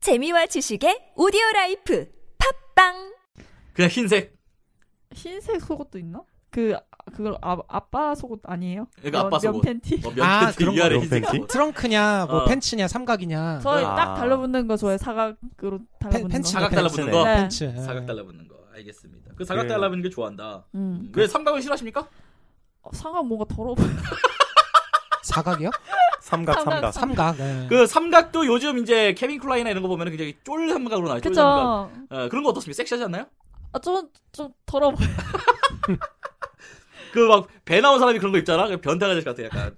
재미와 지식의 오디오 라이프 팝빵 그냥 흰색. 흰색 속옷도 있나? 그 그걸 아, 아빠 속옷 아니에요? 그러니까 아빠 속옷. 면 팬티. 어, 아, 면팬티 그런 위아래 거, 흰색. 면팬티? 트렁크냐 뭐 어. 팬츠냐 삼각이냐 저 아. 딱 달라붙는 거 좋아해. 사각으로 달라붙는 팬츠 거. 사각 달라붙는 거? 네. 팬츠 사각 달라붙는 거. 알겠습니다. 그 사각 그- 달라붙는 게 좋아한다. 음. 왜 삼각을 싫어하십니까? 어, 사각 뭔가 더러워. 아, 보여. 사각이요? 삼각 삼각. 삼각 예. 그 삼각도 요즘 이제 케빈 클라이나 이런 거 보면 은 굉장히 쫄 삼각으로 나와요. 쫄 그죠? 삼각. 아, 어, 그런 거 어떻습니까? 섹시하지 않나요? 좀좀 더러워. 보여. 그 막 배 나온 사람이 그런 거 입잖아. 그 변태 아저씨 같아 약간.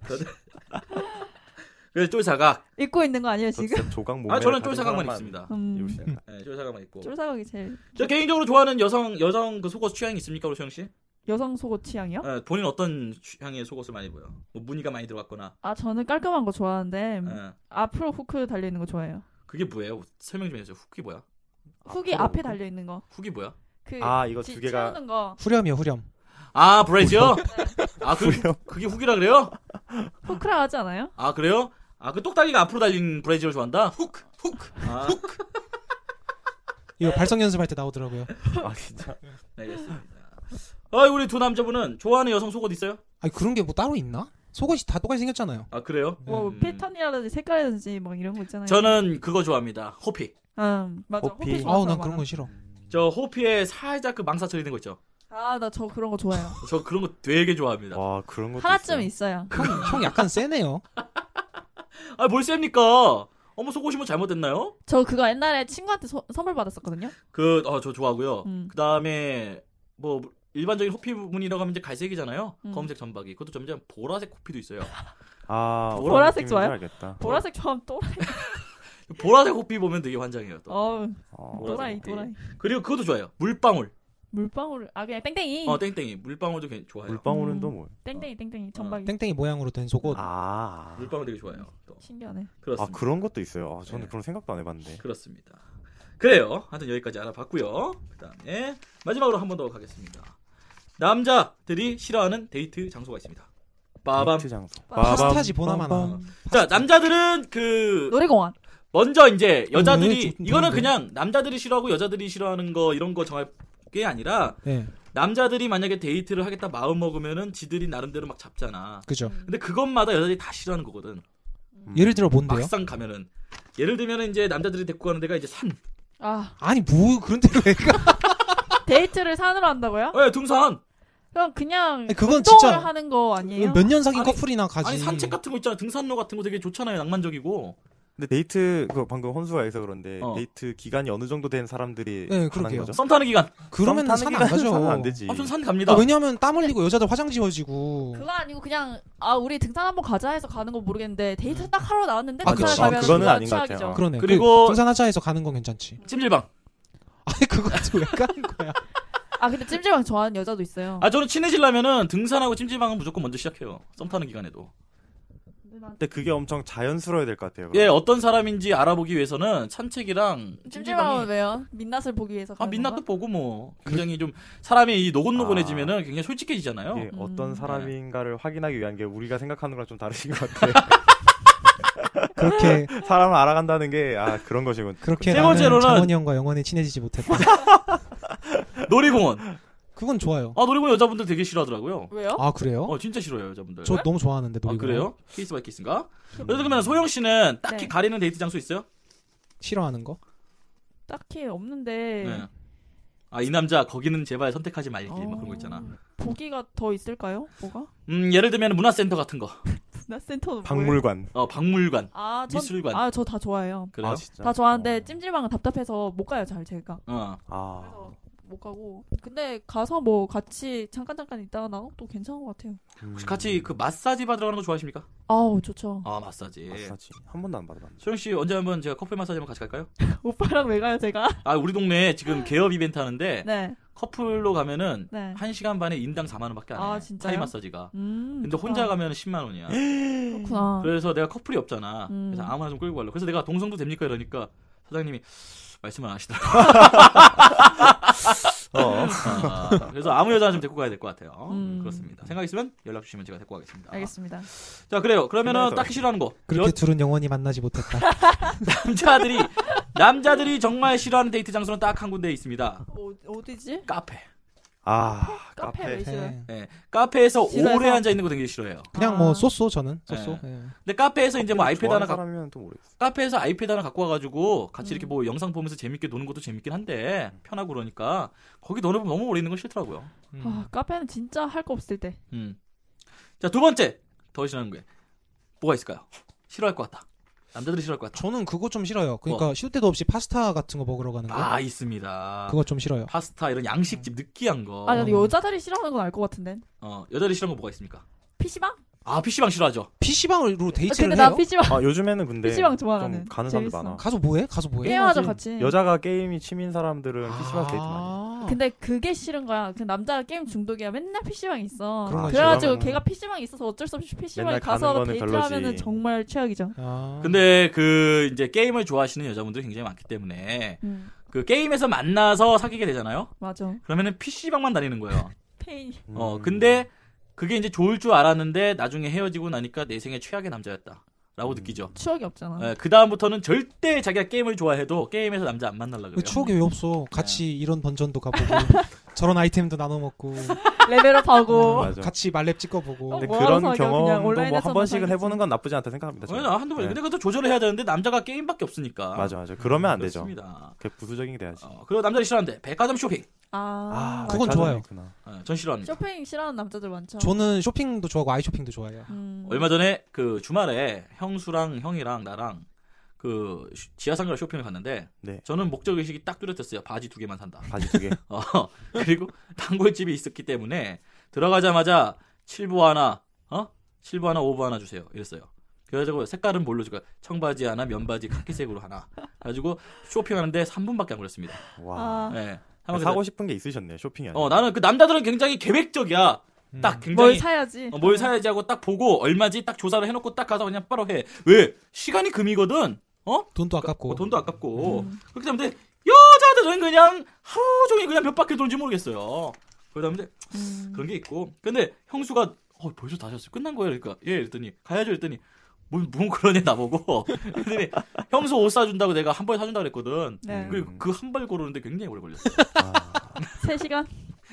그래서 쫄 사각. 입고 있는 거 아니에요 저 지금? 진짜 그렇죠. 조각 몸매 아 저는 가진 쫄 사각만 사람만 입습니다. 음. 입으시는 거예요. 네, 쫄 사각만 입고. 쫄사각이 제일 저 개인적으로 좋아하는 여성 여성 그 속옷 취향이 있습니까, 우리 소영 씨? 여성 속옷 취향이요? 예, 본인 어떤 향의 속옷을 많이 입어요? 뭐 무늬가 많이 들어갔거나. 아 저는 깔끔한 거 좋아하는데 음, 예. 앞으로 후크 달려 있는 거 좋아해요. 그게 뭐예요? 설명 좀 해주세요. 훅이 뭐야? 훅이 앞으로 앞에 후크? 달려 있는 거. 훅이 뭐야? 그 아 이거 지- 두 개가 채우는 거. 후렴이요 후렴 아 브레이즈요? 아 그, 후렴. 그게 훅이라 그래요? 후크라 하지 않아요? 아 그래요? 아 그 똑딱이가 앞으로 달린 브레이즈를 좋아한다? 훅! 훅! 아, 훅! 이거 발성 연습할 때 나오더라고요 아 진짜 네, 알겠습니다. 아 우리 두 남자분은 좋아하는 여성 속옷 있어요? 아니 그런 게 뭐 따로 있나? 속옷이 다 똑같이 생겼잖아요 아 그래요? 뭐 음. 패턴이라든지 색깔이라든지 막 이런 거 있잖아요. 저는 그거 좋아합니다. 호피. 음 맞아. 호피. 호피 아우 난 그런 건 싫어 저 호피에 살짝 그 망사 처리된 거 있죠? 아나 저 그런 거 좋아해요. 저 그런 거 되게 좋아합니다. 와 그런 것도 하나쯤 있어요. 있어요. 형, 형 약간 세네요 아 뭘 셉니까? 어머 속옷이 뭐 잘못됐나요? 저 그거 옛날에 친구한테 소- 선물 받았었거든요. 그, 어, 저 좋아하고요. 음. 그 다음에, 뭐, 일반적인 호피 무늬라고 하면 이제 갈색이잖아요. 음. 검은색 전박이. 그것도 점점 보라색 호피도 있어요. 아 어떤 보라색 느낌인지 좋아요? 알겠다. 보라색 좋아하면 또라이. 보라색 호피 보면 되게 환장해요. 또. 어, 어, 보라색 또라이, 호피. 또라이. 그리고 그것도 좋아요. 물방울. 물방울. 아, 그냥 땡땡이. 어, 땡땡이. 물방울도 괜- 좋아요. 물방울은 또 음. 뭐예요? 땡땡이, 땡땡이. 전박이. 땡땡이 모양으로 된 속옷 아, 물방울 되게 좋아요. 또. 신기하네. 아 그렇습니다. 그런 것도 있어요. 아, 저는 네. 그런 생각도 안 해봤는데. 그렇습니다. 그래요. 하여튼 여기까지 알아봤고요. 그 다음에 마지막으로 한 번 더 가겠습니다. 남자들이 싫어하는 데이트 장소가 있습니다. 빠밤. 데이트 장소. 빠밤. 파스타지 보나마나. 자, 남자들은 그 놀이공원. 먼저 이제 왜 여자들이 좀 이거는 음, 네, 다른데? 그냥 남자들이 싫어하고 여자들이 싫어하는 거 이런 거 정할 게 아니라 네 남자들이 만약에 데이트를 하겠다 마음 먹으면은 지들이 나름대로 막 잡잖아. 그죠 근데 그것마다 여자들이 다 싫어하는 거거든. 음. 예를 들어 뭔데요? 막상 가면은 예를 들면은 이제 남자들이 데리고 가는 데가 이제 산, 아, 아니 뭐 그런 데로 왜 가? 데이트를 산으로 한다고요? 예, 등산. 그럼 그냥 아니, 그건 운동을 진짜 하는 거 아니에요? 몇 년 사귄 아니, 커플이나 가지 아니 산책 같은 거 있잖아. 등산로 같은 거 되게 좋잖아요. 낭만적이고. 근데 데이트 그 방금 헌수가 해서 그런데 어. 데이트 기간이 어느 정도 된 사람들이 네, 가는 그러게요. 거죠? 썸 타는 기간. 그러면 썸 타는 산안 기간은 가죠 산은 안 되지. 아, 전 산 아, 갑니다. 왜냐하면 땀 흘리고 여자들 화장 지워지고 그거 아니고 그냥 아, 우리 등산 한번 가자 해서 가는 건 모르겠는데 데이트 딱 하러 나왔는데 아, 등산을 그치. 가면 아, 그거는 그건 아닌 것 같아요. 최악이죠. 그러네 그리고- 그 등산하자해서 가는 건 괜찮지 찜질방. 아니 그것도 왜 가는 거야 아, 근데 찜질방 좋아하는 여자도 있어요. 아 저는 친해지려면은 등산하고 찜질방은 무조건 먼저 시작해요. 썸 타는 기간에도. 근데 그게 엄청 자연스러워야 될 것 같아요. 예, 어떤 사람인지 알아보기 위해서는 산책이랑 찜질방이 찜질방은 왜요? 민낯을 보기 위해서 아 가는 민낯도 건가? 보고 뭐 굉장히 좀 사람이 이 노곤노곤해지면은 굉장히 솔직해지잖아요. 이게 음. 어떤 네. 사람인가를 확인하기 위한 게 우리가 생각하는 거랑 좀 다르신 것 같아요. 그렇게 사람을 알아간다는 게 아 그런 것이군. 그렇게 세 나는 번째로는- 장원이 형과 영원히 친해지지 못했다 놀이공원. 그건 좋아요 아 놀이공원 여자분들 되게 싫어하더라고요. 왜요? 아 그래요? 어 진짜 싫어요 여자분들. 저 너무 좋아하는데 아 놀이공원 그래요? 케이스 바이 케이스인가? 그래서 그러면 소영 씨는 딱히 네. 가리는 데이트 장소 있어요? 싫어하는 거? 딱히 없는데 네. 아 이 남자 거기는 제발 선택하지 말기 막 그런 어, 거 있잖아. 보기가 더 있을까요? 뭐가? 음 예를 들면 문화센터 같은 거, 나 센터는 뭐예요? 박물관. 어 박물관. 아, 전, 미술관. 아, 저 다 좋아해요. 그래요? 아 진짜. 다 좋아하는데 찜질방은 답답해서 못 가요, 잘 제가. 어. 아 그래서 못 가고. 근데 가서 뭐 같이 잠깐 잠깐 있다가 나오면 또 괜찮은 것 같아요. 음. 혹시 같이 그 마사지 받으러 가는 거 좋아하십니까? 아우, 좋죠. 아 마사지. 마사지 한 번도 안 받아봤는데. 소영 씨 언제 한번 제가 커플 마사지 한번 같이 갈까요? 오빠랑 왜 가요, 제가? 아 우리 동네에 지금 개업 이벤트 하는데 네. 커플로 가면은 네. 한시간 반에 인당 4만 원밖에 안 해. 아, 진짜요? 타이 마사지가. 음. 근데 혼자 가면 10만 원이야. 그렇구나. 그래서 내가 커플이 없잖아. 음. 그래서 아무나 좀 끌고 가려고. 그래서 내가 동성도 됩니까 이러니까 사장님이 말씀을 안 하시더라고. 어. 아, 그래서 아무 여자나 좀 데리고 가야 될 것 같아요. 음. 그렇습니다. 생각 있으면 연락 주시면 제가 데리고 가겠습니다. 알겠습니다. 자 그래요. 그러면은 생각해서 딱히 싫어하는 거. 그렇게 둘은 영원히 만나지 못했다 남자들이 남자들이 정말 싫어하는 데이트 장소는 딱 한 군데 있습니다. 어, 어디지? 카페. 아 카페 카페. 왜 싫어요? 네. 카페에서 싫어해서? 오래 앉아 있는 거 되게 싫어해요. 그냥 아. 뭐 쏘쏘 저는 쏘쏘. 예. 근데 카페에서 이제 뭐 아이패드 하나 갖고 사람이면 또 모르겠어. 카페에서 아이패드 하나 갖고 와가지고 같이 이렇게 음. 뭐 영상 보면서 재밌게 노는 것도 재밌긴 한데 편하고 그러니까 거기 너무 너무 오래 있는 건 싫더라고요. 음. 아, 카페는 진짜 할 거 없을 때. 음. 자두 번째 더 싫어하는 게 뭐가 있을까요? 싫어할 것 같다. 남자들이 싫어할 것 같다. 저는 그거 좀 싫어요. 그러니까 쉴 때도 없이 파스타 같은 거 먹으러 가는 거. 아 있습니다. 그거 좀 싫어요. 파스타 이런 양식집 느끼한 거. 아, 근데 여자들이 싫어하는 건 알 것 같은데. 어, 여자들이 싫어하는 거 뭐가 있습니까? PC방? 아 PC방 싫어하죠. PC방으로 아, 데이트를 근데 해요? 나 PC방 아 요즘에는 근데 PC방 좋아하는. 좀 가는 사람들 재밌어. 네. 많아. 가서 뭐해? 가서 뭐해? 아. 게임하자 같이. 여자가 게임이 취미인 사람들은 PC방 데이트 많이. 해. 근데 그게 싫은 거야. 그 남자가 게임 중독이야. 맨날 PC방 있어. 그런 거 그래가지고 싫어하면은- 걔가 PC방에 있어서 어쩔 수 없이 PC방에 맨날 가는 가서 거는 별로지. 데이트하면은 정말 최악이죠. 아. 근데 그 이제 게임을 좋아하시는 여자분들이 굉장히 많기 때문에 음, 그 게임에서 만나서 사귀게 되잖아요. 맞아. 그러면은 PC방만 다니는 거예요. 페인. 음. 어, 근데 그게 이제 좋을 줄 알았는데 나중에 헤어지고 나니까 내 생애 최악의 남자였다. 라고 음. 느끼죠. 추억이 없잖아. 그 다음부터는 절대 자기가 게임을 좋아해도 게임에서 남자 안 만날라 왜 그래요. 추억이 왜 없어? 같이 이런 번전도 가보고 저런 아이템도 나눠 먹고 음, 레벨업하고. 맞아. 같이 말렙 찍어보고 어, 근데 뭐 그런 하러 사겨? 그냥 경험도 뭐 온라인에서만 한 번씩은 사귀지. 해보는 건 나쁘지 않다 생각합니다. 저는. 당연히 어, 한두 번. 네. 근데 그것도 조절을 해야 되는데 남자가 게임밖에 없으니까. 맞아 맞아. 그러면 안 되죠. 그렇습니다. 그 부수적인 게 돼야지. 어, 그리고 남자들이 싫어하는데 백화점 쇼핑. 아, 그건 백화점이 좋아요. 있구나. 어, 전 싫어합니다. 쇼핑 싫어하는 남자들 많죠. 저는 쇼핑도 좋아하고 아이 쇼핑도 좋아해요. 음. 얼마 전에 그 주말에 형수랑 형이랑 나랑 그 슈- 지하상가로 쇼핑을 갔는데 네. 저는 목적 의식이 딱 뚜렷했어요. 바지 두 개만 산다. 바지 두 개. 어, 그리고 단골집이 있었기 때문에 들어가자마자 7부 하나, 어? 7부 하나, 5부 하나 주세요. 이랬어요. 그래가지고 색깔은 뭘로 줄까? 청바지 하나, 면바지, 카키색으로 하나. 가지고 쇼핑하는데 3분밖에 안 걸렸습니다. 와. 아, 예. 그냥 한번 사고 싶은 게 있으셨네요. 쇼핑이 아니라. 어, 나는 그 남자들은 굉장히 계획적이야. 음. 딱 굉장히 뭘 사야지. 어, 뭘 사야지 하고 딱 보고 얼마지 딱 조사를 해놓고 딱 가서 그냥 바로 해. 왜? 시간이 금이거든. 돈도 아깝고 어, 돈도 아깝고. 음. 그렇기 때문에 여자들은 그냥 하루 종일 그냥 몇 바퀴 돈지 모르겠어요. 그러다 보니 음. 그런 게 있고. 근데 형수가 어 벌써 다 잤어요. 끝난 거예요. 그러니까 예, 이랬더니 가야죠. 이랬더니 뭔, 뭔 그러냐 나보고. 그랬더니 형수 옷 사준다고 내가 한 번에 사준다 그랬거든. 네. 그리고 그 한 벌 고르는데 굉장히 오래 걸렸어. 아, 3시간?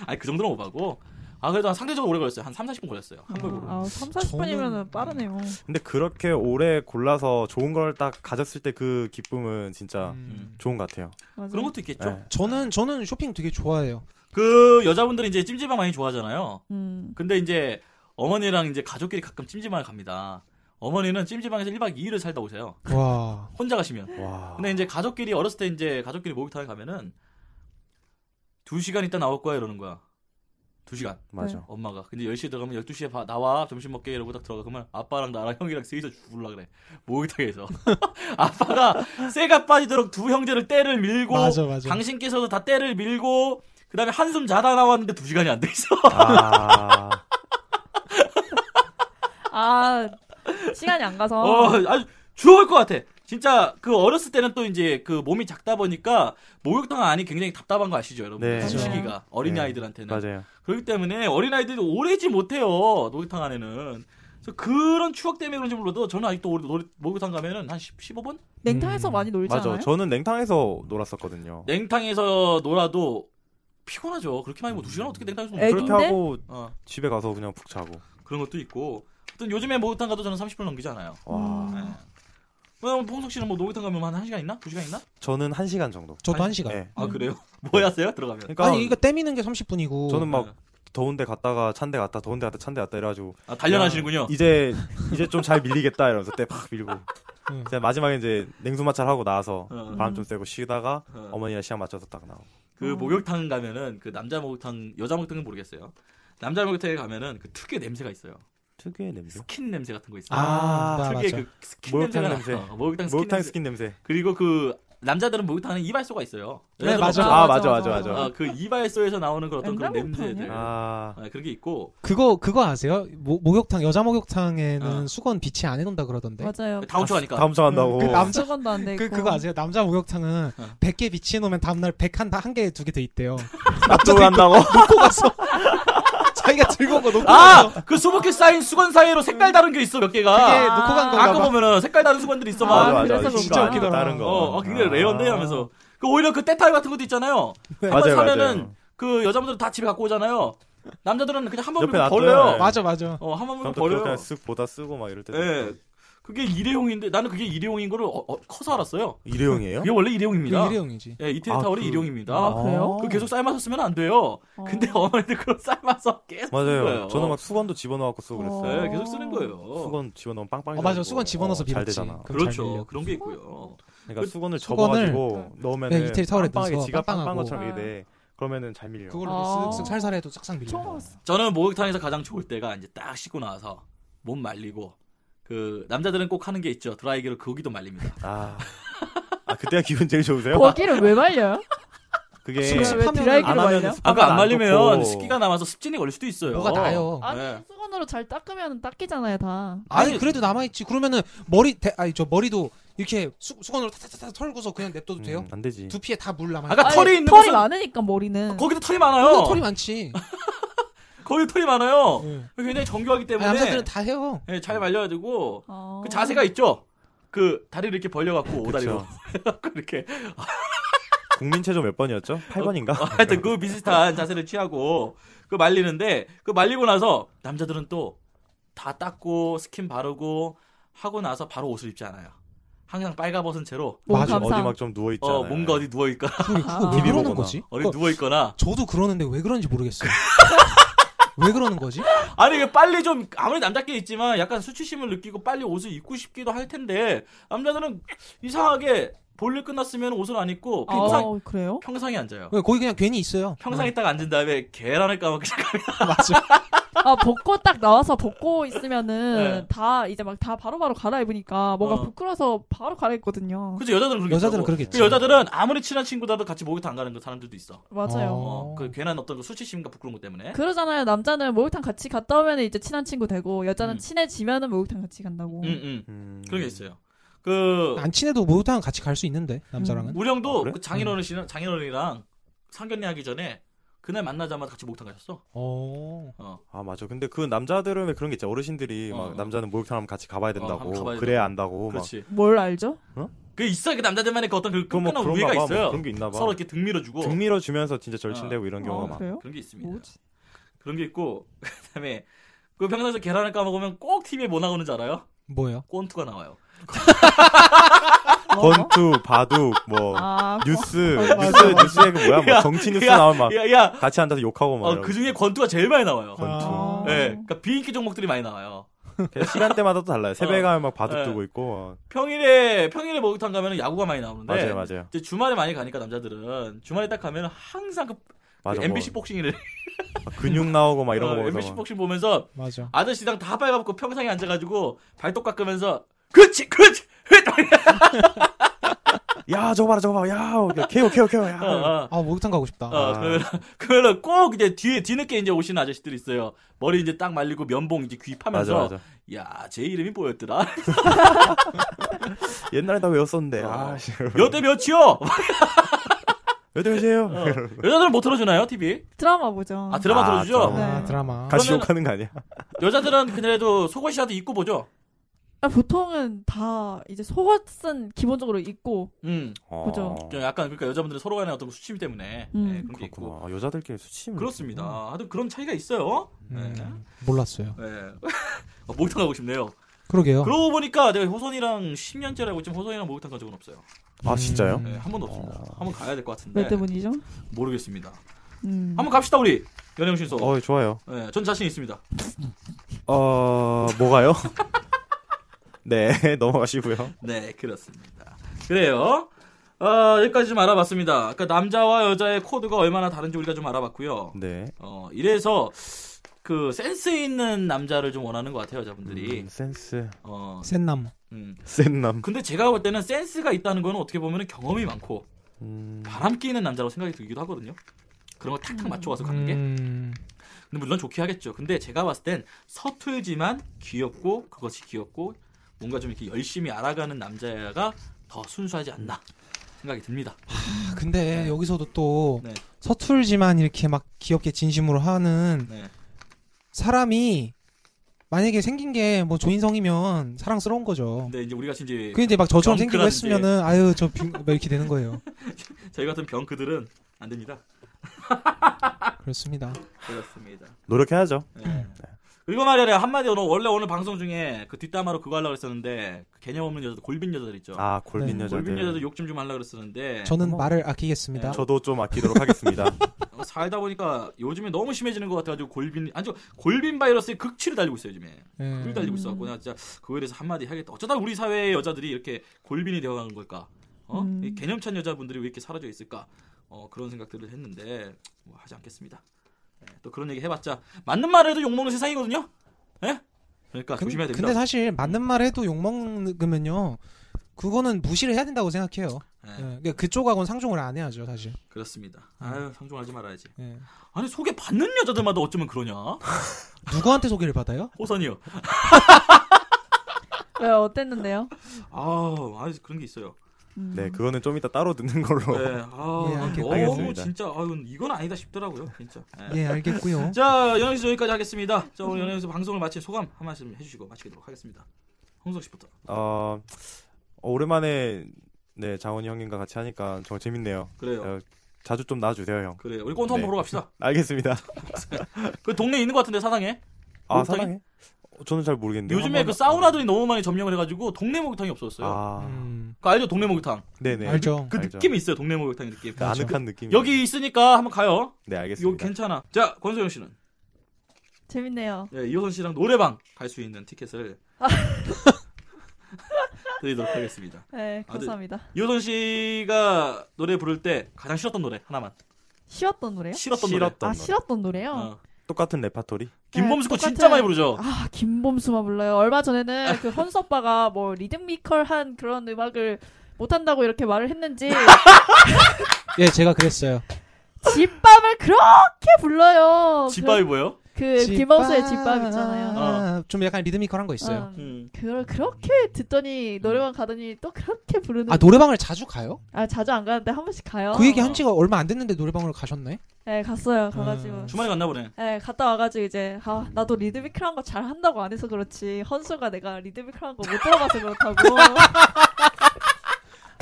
아니 그 정도는 오바고. 아 그래도 한 상대적으로 오래 걸렸어요. 한 3, 40분 걸렸어요. 한 벌 고르는. 아, 3, 40분이면 빠르네요. 근데 그렇게 오래 골라서 좋은 걸 딱 가졌을 때 그 기쁨은 진짜 음. 좋은 것 같아요. 맞아. 그런 것도 있겠죠. 네. 저는 저는 쇼핑 되게 좋아해요. 그 여자분들이 이제 찜질방 많이 좋아하잖아요. 음. 근데 이제 어머니랑 이제 가족끼리 가끔 찜질방을 갑니다. 어머니는 찜질방에서 1박 2일을 살다 오세요. 와 혼자 가시면. 예. 와. 근데 이제 가족끼리 어렸을 때 이제 가족끼리 목욕탕에 가면은 2시간 있다 나올 거야 이러는 거야. 2시간. 맞아. 엄마가. 근데 10시에 들어가면 12시에 봐, 나와. 점심 먹게 이러고 딱 들어가. 그러면 아빠랑 나랑 형이랑 셋이서 죽을라 그래. 목욕탕에서. 아빠가 쇠가 빠지도록 두 형제를 때를 밀고 맞아 맞아. 당신께서도 다 때를 밀고 그다음에 한숨 자다 나왔는데 2시간이 안 돼 있어. 아. 아, 시간이 안 가서. 어, 아주 죽어갈 것 같아. 진짜 그 어렸을 때는 또 이제 그 몸이 작다 보니까 목욕탕 안이 굉장히 답답한 거 아시죠, 여러분? 네. 그 그렇죠. 시기가 어린 네. 아이들한테는 맞아요. 그렇기 때문에 어린 아이들이 오래 있지 못해요 목욕탕 안에는. 그래서 그런 추억 때문에 그런지 몰라도 저는 아직도 오래- 놀- 목욕탕 가면은 한 10, 15분 냉탕에서 음. 많이 놀지 맞아. 않아요? 저는 냉탕에서 네. 놀았었거든요. 냉탕에서 놀아도 피곤하죠. 그렇게 많이 뭐 2시간 어떻게 냉탕에서 놀아? 애기- 그렇게 근데? 하고 어, 집에 가서 그냥 푹 자고. 그런 것도 있고. 하여튼 요즘에 목욕탕 가도 저는 30분 넘기지 않아요. 와. 음. 네. 왜냐면 봉석 씨는 뭐 목욕탕 가면 한 1시간 있나? 2시간 있나? 저는 한 시간 정도. 저도 아니, 한 시간. 네. 아 그래요? 뭐 하세요? 들어가면? 그러니까 아니 이거 때미는 게 30분이고 저는 막 네. 더운데 갔다가 찬데 갔다 더운데 갔다 찬데 갔다 이래가지고 아, 단련하시는군요. 이제 이제 좀 잘 밀리겠다 이러면서 때 팍 밀고 응. 그냥 마지막에 이제 냉수 마찰 하고 나와서 어. 바람 좀 쐬고 쉬다가 어. 아, 어머니랑 시간 맞춰서 딱 나오고 그 어. 목욕탕 가면은 그 남자 목욕탕, 여자 목욕탕은 모르겠어요. 남자 목욕탕에 가면은 그 특유의 냄새가 있어요. 특유의 냄새 스킨 냄새 같은 거 있어요. 아, 아, 아 특유의 맞아. 그 스킨 목욕탕 냄새가 냄새. 나요. 어, 목욕탕 스킨 목욕탕 냄새. 스킨 냄새 그리고 그 남자들은 목욕탕에 이발소가 있어요. 네, 여자들은 맞아. 아, 맞아, 맞아, 맞아. 아, 그 이발소에서 나오는 그런 어떤 그런 냉장 목욕탕이야? 냄새들. 아. 아 그런 게 있고 그거 그거 아세요? 모, 목욕탕 여자 목욕탕에는 어. 수건 비치 안 해놓는다 그러던데. 맞아요. 다음 주 가니까. 다음 주 한다고 그 남- 수건도 안 되고. 그 그거 아세요? 남자 목욕탕은 어. 100개 비치해 놓으면 다음날 100한개두 개 돼 있다고 있대요. 납도 한다고 놓고 가서 자기가 즐거운 거 놓고 아! 가서 그 수북히 쌓인 수건 사이로 색깔 다른 게 있어, 몇 그게 개가. 아. 놓고 간 건가 아까 봐. 보면은 색깔 다른 수건들이 있어, 막. 아, 그래서 이거 진짜 아니고 웃기더라. 다른 거. 어, 어, 굉장히 아. 레어인데 하면서. 그 오히려 그 때탈 같은 것도 있잖아요. 네. 한 번 맞아요, 사면은 맞아요. 그 여자분들은 다 집에 갖고 오잖아요. 남자들은 그냥 한 번 옆에 물면 놔둬요. 버려요. 맞아 맞아. 어, 한 번 물면 다음부터 그거 버려요. 그냥 쓱 보다 쓰고 막 이럴 때. 예. 그게 일회용인데 나는 그게 일회용인 거를 어, 어, 커서 알았어요. 네? 일회용이에요? 그게 원래 그 일회용입니다. 일회용이지. 예, 이태리 아, 타월이 그- 일회용입니다. 아, 그래요? 그 계속 삶아서 쓰면 안 돼요. 어. 근데 어머니들 그걸 삶아서 계속 쓰는 거예요. 맞아요. 저는 막 수건도 집어넣고 쓰고 그랬어요. 예, 계속 쓰는 거예요. 수건 집어넣으면 빵빵이. 어, 맞아. 수건 집어넣어서 잘 밀었지. 되잖아. 그럼 잘 그렇죠. 밀려. 그런 게 있고요. 그러니까 그- 수건을 수건을 접어가지고 넣으면 네, 이태리 타월에 빵빵하게 넣어서 지가 빵빵하고. 빵빵한 것처럼 이게 돼. 그러면은 잘 밀려. 그걸로 아. 쓱쓱 살살해도 싹싹 처음 밀려. 알았어. 저는 목욕탕에서 가장 좋을 때가 이제 딱 씻고 나와서 몸 말리고 그 남자들은 꼭 하는 게 있죠. 드라이기로 거기도 말립니다. 아. 아, 그때가 기분 제일 좋으세요? 거기를 왜 말려요? 그게 습- 왜 습하면은 드라이기를 안 네. 하면 말려? 습- 아까 안 말리면 좋고. 습기가 남아서 습진이 걸릴 수도 있어요. 뭐가 나요. 아니 네. 수건으로 잘 닦으면 닦이잖아요 다. 아니, 아니, 그래도 남아 있지. 그러면은 머리 대, 아니 저 머리도 이렇게 수, 건으로 타타타타 털고서 그냥 냅둬도 돼요? 음, 안 되지. 두피에 다 물 남아. 아까 아니, 털이 있는 털이 곳은- 많으니까 머리는. 거기도 털이 많아요. 털 털이 많지. 거기도 털이 많아요. 네. 굉장히 정교하기 아니, 어. 때문에 남자들은 다 해요. 예, 잘 말려야 되고 어. 그 자세가 있죠. 그 다리를 이렇게 아, 벌려갖고 오다리로 그쵸. 이렇게 국민체조 몇 번이었죠? 8번인가? 네. 하여튼 그 비슷한 자세를 취하고 그 말리는데 그 말리고 나서 남자들은 또 다 닦고 스킨 바르고 하고 나서 바로 옷을 입지 않아요. 항상 빨가벗은 채로 몸 맞아, 어디 감상. 막 좀 누워 있잖아. 어, 뭔가 어디 누워 있거나 그거 왜 비비 아. 그러는 먹거나. 거지? 그러니까 어디 누워 있거나 저도 그러는데 왜 그런지 모르겠어요. 왜 그러는 거지? 아니 이게 빨리 좀 아무리 남자끼리 있지만 약간 수치심을 느끼고 빨리 옷을 입고 싶기도 할 텐데 남자들은 이상하게 볼일 끝났으면 옷을 안 입고 평상 아 그래요? 평상에 앉아요. 왜 그러니까 거기 그냥 괜히 있어요. 평상에 딱 앉은 다음에 계란을 까먹기 시작합니다. 어, 맞아. 아 벗고 딱 나와서 벗고 있으면은 네. 다 이제 막 다 바로바로 갈아입으니까 뭔가 어. 부끄러워서 바로 갈아입거든요. 그죠 여자들은 그렇게 여자들은 그러겠지. 여자들은 아무리 친한 친구들도 같이 목욕탕 안 가는 그 사람들도 있어. 맞아요. 어, 그 괜한 어떤 그 수치심과 부끄러운 것 때문에. 그러잖아요. 남자는 목욕탕 같이 갔다 오면 이제 친한 친구 되고 여자는 음. 친해지면은 목욕탕 같이 간다고. 음, 음. 음. 그런 게 있어요. 그 안 친해도 목욕탕 같이 갈 수 있는데 남자랑은. 우리 형도 아, 그래? 그 장인어른 씨랑 장인어른이랑 상견례 하기 전에 그날 만나자마자 같이 목욕탕 뭐 가셨어. 어. 어. 아 맞아. 근데 그 남자들은 왜 그런 게 있지. 어르신들이 어. 막 남자는 목욕탕 하면 같이 가봐야 된다고. 한번 가봐야 그래야 안다고. 막. 그렇지. 뭘 알죠? 그 있어 그 남자들만의 그 어떤 그 그건 뭐 끈끈한 우애가 봐. 뭐 있어요. 그런 게 있나 봐. 서로 이렇게 등 밀어주고 등 밀어주면서 진짜 절친되고 이런 어, 경우가 많아. 그래요? 그런 게 있습니다. 뭐지? 그런 게 있고 그다음에 그 평상시 계란을 까먹으면 꼭 TV에 뭐 나오는지 알아요? 뭐예요? 꼰투가 나와요. 어? 권투, 바둑, 뭐 아, 뉴스, 맞아, 뉴스, 맞아. 뉴스에 그 뭐야, 뭐 야, 정치 뉴스 야, 나오면 막 야, 야, 같이 앉아서 욕하고 막. 어, 이러고. 그 중에 권투가 제일 많이 나와요. 권투. 아. 예, 그러니까 비인기 종목들이 많이 나와요. 그냥 시간대마다 또 달라요. 새벽에 어. 가면 막 바둑 네. 두고 있고. 어. 평일에 평일에 목욕탕 가면 야구가 많이 나오는데 맞아요, 맞아요. 이제 주말에 많이 가니까 남자들은 주말에 딱 가면 항상 그, 그 맞아. 뭐 MBC 복싱이래. 막 근육 나오고 막 이런 어, 거 보면서. MBC 막. 복싱 보면서 맞아. 아저씨랑 다 빨가벗고 평상에 앉아가지고 발톱 깎으면서 그렇지, 그렇지, 그렇지. 야, 저거 봐라, 저거 봐. 야, 케어, 케어, 케어. 야. 어, 어. 아 목욕탕 가고 싶다. 어, 음. 아. 그러면, 그러면 꼭 이제 뒤에, 뒤늦게 이제 오시는 아저씨들이 있어요. 머리 이제 딱 말리고 면봉 이제 귀 파면서. 맞아, 맞아. 야, 제 이름이 뭐였더라? 옛날에 다 외웠었는데. 어. 아, 씨. 몇대 몇이요? 몇 대몇이에요? 어. 여자들은 못 틀어주나요, TV? 드라마 보죠. 아, 드라마 아, 틀어주죠? 드라마. 아, 네. 드라마. 같이 그러면은- 욕하는 거 아니야? 여자들은 그래도 속옷이라도 입고 보죠? 아, 보통은 다 이제 속옷은 기본적으로 입고 음. 그죠. 어, 좀 약간, 그러니까 여자분들이 서로 간에 어떤 수침 때문에. 음. 네, 그런 게 있고. 그렇구나. 음. 아, 여자들끼리 수치심. 그렇습니다. 하여튼 그런 차이가 있어요. 음, 네. 몰랐어요. 네. 어, 목욕탕 가고 싶네요. 어. 그러게요. 그러고 보니까 내가 호선이랑 10년째라고 지금 호선이랑 목욕탕 간 적은 없어요. 아, 진짜요? 네, 한 번도 없습니다. 어. 한 번 가야 될 것 몇 같은데. 대분이죠? 모르겠습니다. 음. 한번 갑시다, 우리. 연예용신소. 어, 좋아요. 네, 전 자신 있습니다. 어, 뭐가요? 네, 넘어가시고요. 네, 그렇습니다. 그래요. 어, 여기까지 좀 알아봤습니다. 아까 남자와 여자의 코드가 얼마나 다른지 우리가 좀 알아봤고요. 네. 어, 이래서 그 센스 있는 남자를 좀 원하는 것 같아요, 여자분들이. 음, 센스. 어, 센남. 음. 센남. 근데 제가 볼 때는 센스가 있다는 거는 어떻게 보면 경험이 많고 음, 바람 끼는 남자라고 생각이 들기도 하거든요. 그런 거 탁탁 맞춰가서 가는 게. 음, 근데 물론 좋게 하겠죠. 근데 제가 봤을 땐 서툴지만 귀엽고 그것이 귀엽고 뭔가 좀 이렇게 열심히 알아가는 남자가 더 순수하지 않나 생각이 듭니다. 아, 근데 여기서도 또 네. 서툴지만 이렇게 막 귀엽게 진심으로 하는 네. 사람이 만약에 생긴 게 뭐 조인성이면 사랑스러운 거죠. 근데 이제 우리 같이 이제 그 이제 막 저처럼 생기고 경크라든지. 했으면은 아유 저 빙, 막 이렇게 되는 거예요. 저희 같은 병크들은 안 됩니다. 그렇습니다. 네. 그렇습니다. 노력해야죠. 네. 그리고 말이야 한마디 로 원래 오늘 방송 중에 그 뒷담화로 그거 하려고 했었는데 그 개념 없는 여자들 골빈 여자들 있죠. 아 골빈 네. 여자들. 골빈 여자들 욕 좀 좀 하려고 그랬었는데 저는 어머. 말을 아끼겠습니다. 네, 저도 좀 아끼도록 하겠습니다. 어, 살다 보니까 요즘에 너무 심해지는 것 같아가지고 골빈 아니죠 골빈 바이러스의 극치를 달리고 있어요 요즘에 예. 극을 달리고 음. 있어갖고 나 진짜 그거에 대해서 한마디 하겠다 어쩌다 우리 사회의 여자들이 이렇게 골빈이 되어가는 걸까 어? 음. 이 개념찬 여자분들이 왜 이렇게 사라져 있을까 어, 그런 생각들을 했는데 뭐 하지 않겠습니다 예, 또 그런 얘기 해봤자 맞는 말을 해도 욕먹는 세상이거든요 예? 그러니까 근- 조심해야 됩니다 근데 사실 맞는 말 해도 욕 먹으면요. 그거는 무시를 해야 된다고 생각해요. 예, 예. 그러니까 그쪽하고는 상종을 안 해야죠, 사실. 그렇습니다 음. 아유 상종하지 말아야지 예. 아니 소개 받는 여자들마다 어쩌면 그러냐 누구한테 소개를 받아요? 호선이요 왜 어땠는데요? 아우 아 그런 게 있어요 음. 네, 그거는 좀 이따 따로 듣는 걸로. 네, 아, 예, 알겠- 너무 알겠습니다. 진짜 아, 이건- 이건 아니다 싶더라고요, 진짜. 예. 예, 알겠고요. 자, 연예인 씨 여기까지 하겠습니다. 자, 오늘 연예인 씨 방송을 마친 소감 한 말씀 해주시고 마치도록 하겠습니다. 홍석 씨부터. 어, 오랜만에 네 장원이 형님과 같이 하니까 정말 재밌네요. 그래요. 어, 자주 좀 나와주세요 형. 그래요. 우리 꼰통 네. 보러 갑시다. 알겠습니다. 그 동네 있는 것 같은데 사당에. 아 목욕탕이? 사랑해? 어, 저는 잘 모르겠는데. 요즘에 그 사우나들이 너무 많이 점령을 해가지고 동네 목욕탕이 없어졌어요. 아, 음, 그 알죠, 동네 목욕탕. 네네. 알죠. 그 알죠. 느낌이 있어요, 동네 목욕탕의 느낌. 그 아늑한 느낌. 여기 있으니까 한번 가요. 네 여기 알겠습니다. 괜찮아. 자, 권소영 씨는 재밌네요. 예, 이호선 씨랑 노래방 갈 수 있는 티켓을 드리도록 하겠습니다. 네, 아, 네. 감사합니다. 이호선 씨가 노래 부를 때 가장 싫었던 노래 하나만. 쉬었던 노래요? 싫었던 노래. 싫었던 아, 노래. 싫었던 노래요? 어. 똑같은 레파토리. 김범수 거 똑같은- 진짜 많이 부르죠. 아, 김범수만 불러요. 얼마 전에는 그 헌서빠가 뭐 리드미컬한 그런 음악을 못한다고 이렇게 말을 했는지 예, 제가 그랬어요. 집밥을 그렇게 불러요. 집밥이 어. 뭐예요? 그, 그 김범수의 집밥 있잖아요. 아, 좀 약간 리드미컬한 거 있어요. 음. 어, 그걸 그렇게 듣더니 노래방 가더니 또 그렇게 부르는. 아, 노래방을 자주 가요? 아, 자주 안 가는데 한 번씩 가요. 그 얘기 한 지가 얼마 안 됐는데 노래방으로 가셨네? 네, 갔어요. 가가지고. 음. 주말에 갔나 보네. 네, 갔다 와가지고 이제 아 나도 리드미컬한 거 잘 한다고 안 해서 그렇지 헌수가 내가 리드미컬한 거 못 들어가서 그렇다고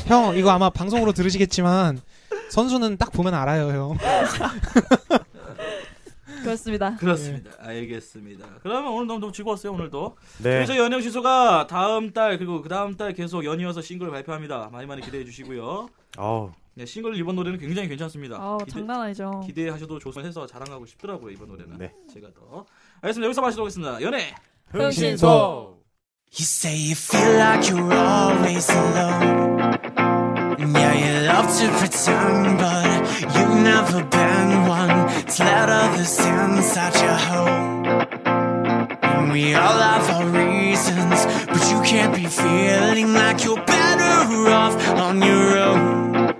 형, 이거 아마 방송으로 들으시겠지만, 선수는 딱 보면 알아요, 형. 그렇습니다. 그렇습니다. 네. 알겠습니다. 그러면 오늘 너무 너무 즐거웠어요 오늘도. 네. 그래서 연영 시소가 다음 달 그리고 그 다음 달 계속 연이어서 싱글을 발표합니다. 많이 많이 기대해 주시고요. 아우 네, 싱글 이번 노래는 굉장히 괜찮습니다. 아 기대, 장난 아니죠. 기대하셔도 좋해서 자랑하고 싶더라고요 이번 노래는. 네. 제가 더 알겠습니다. 여기서 마치도록 하겠습니다. 연애. 어. 흥신소. You say you feel like you're always alone. Yeah, you love to pretend, but you've never been one to let others inside your home. And we all have our reasons, but you can't be feeling like you're better off on your own.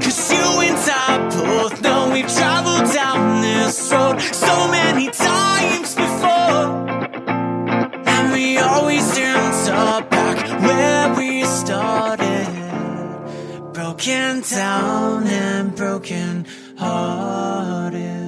Cause you and I both know we've traveled down this road so many times before. And we always end up back where we started. Broken down and broken hearted.